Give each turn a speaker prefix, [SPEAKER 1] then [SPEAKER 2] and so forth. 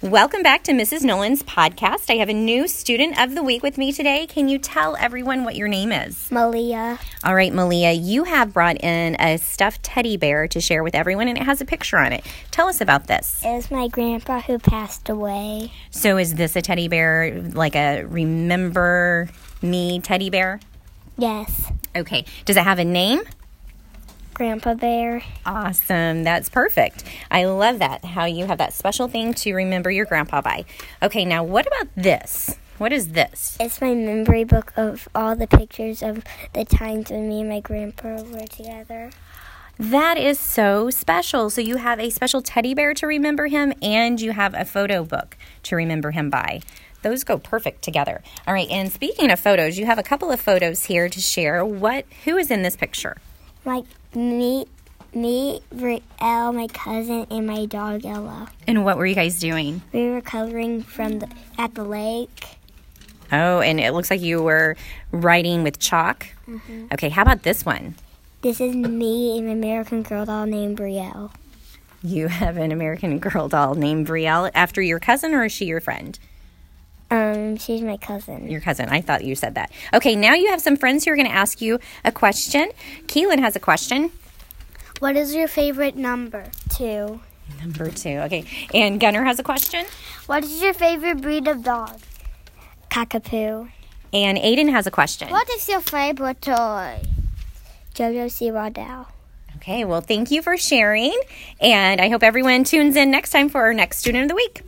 [SPEAKER 1] Welcome back to Mrs. Nolan's podcast. I have a new student of the week with me today. Can you tell everyone what your name is?
[SPEAKER 2] Malia.
[SPEAKER 1] All right, Malia, you have brought in a stuffed teddy bear to share with everyone, and it has a picture on it. Tell us about this.
[SPEAKER 2] It was my grandpa who passed away.
[SPEAKER 1] So, is this a teddy bear, like a remember me teddy bear?
[SPEAKER 2] Yes.
[SPEAKER 1] Okay. Does it have a name?
[SPEAKER 2] Grandpa Bear.
[SPEAKER 1] Awesome. That's perfect. I love that, how you have that special thing to remember your grandpa by. Okay, now what about this? What is this?
[SPEAKER 2] It's my memory book of all the pictures of the times when me and my grandpa were together.
[SPEAKER 1] That is so special. So, you have a special teddy bear to remember him, and you have a photo book to remember him by. Those go perfect together. All right, and speaking of photos, you have a couple of photos here to share. What who is in this picture?
[SPEAKER 2] Like me, me, Rael, my cousin, and my dog Ella.
[SPEAKER 1] And what were you guys doing?
[SPEAKER 2] We were covering from the, at the lake.
[SPEAKER 1] Oh, and it looks like you were writing with chalk. Okay, how about this one?
[SPEAKER 2] This is me and an American girl doll named Brielle.
[SPEAKER 1] You have an American girl doll named Brielle after your cousin, or is she your friend?
[SPEAKER 2] Um, she's my cousin.
[SPEAKER 1] Your cousin. I thought you said that. Okay, now you have some friends who are going to ask you a question. Keelan has a question.
[SPEAKER 2] What is your favorite number? Two.
[SPEAKER 1] Number two. Okay, and Gunnar has a question.
[SPEAKER 2] What is your favorite breed of dog? Cockapoo.
[SPEAKER 1] And Aiden has a question.
[SPEAKER 2] is your favorite toy? Jojo C. Waddell.
[SPEAKER 1] Okay, well, thank you for sharing. And I hope everyone tunes in next time for our next student of the week.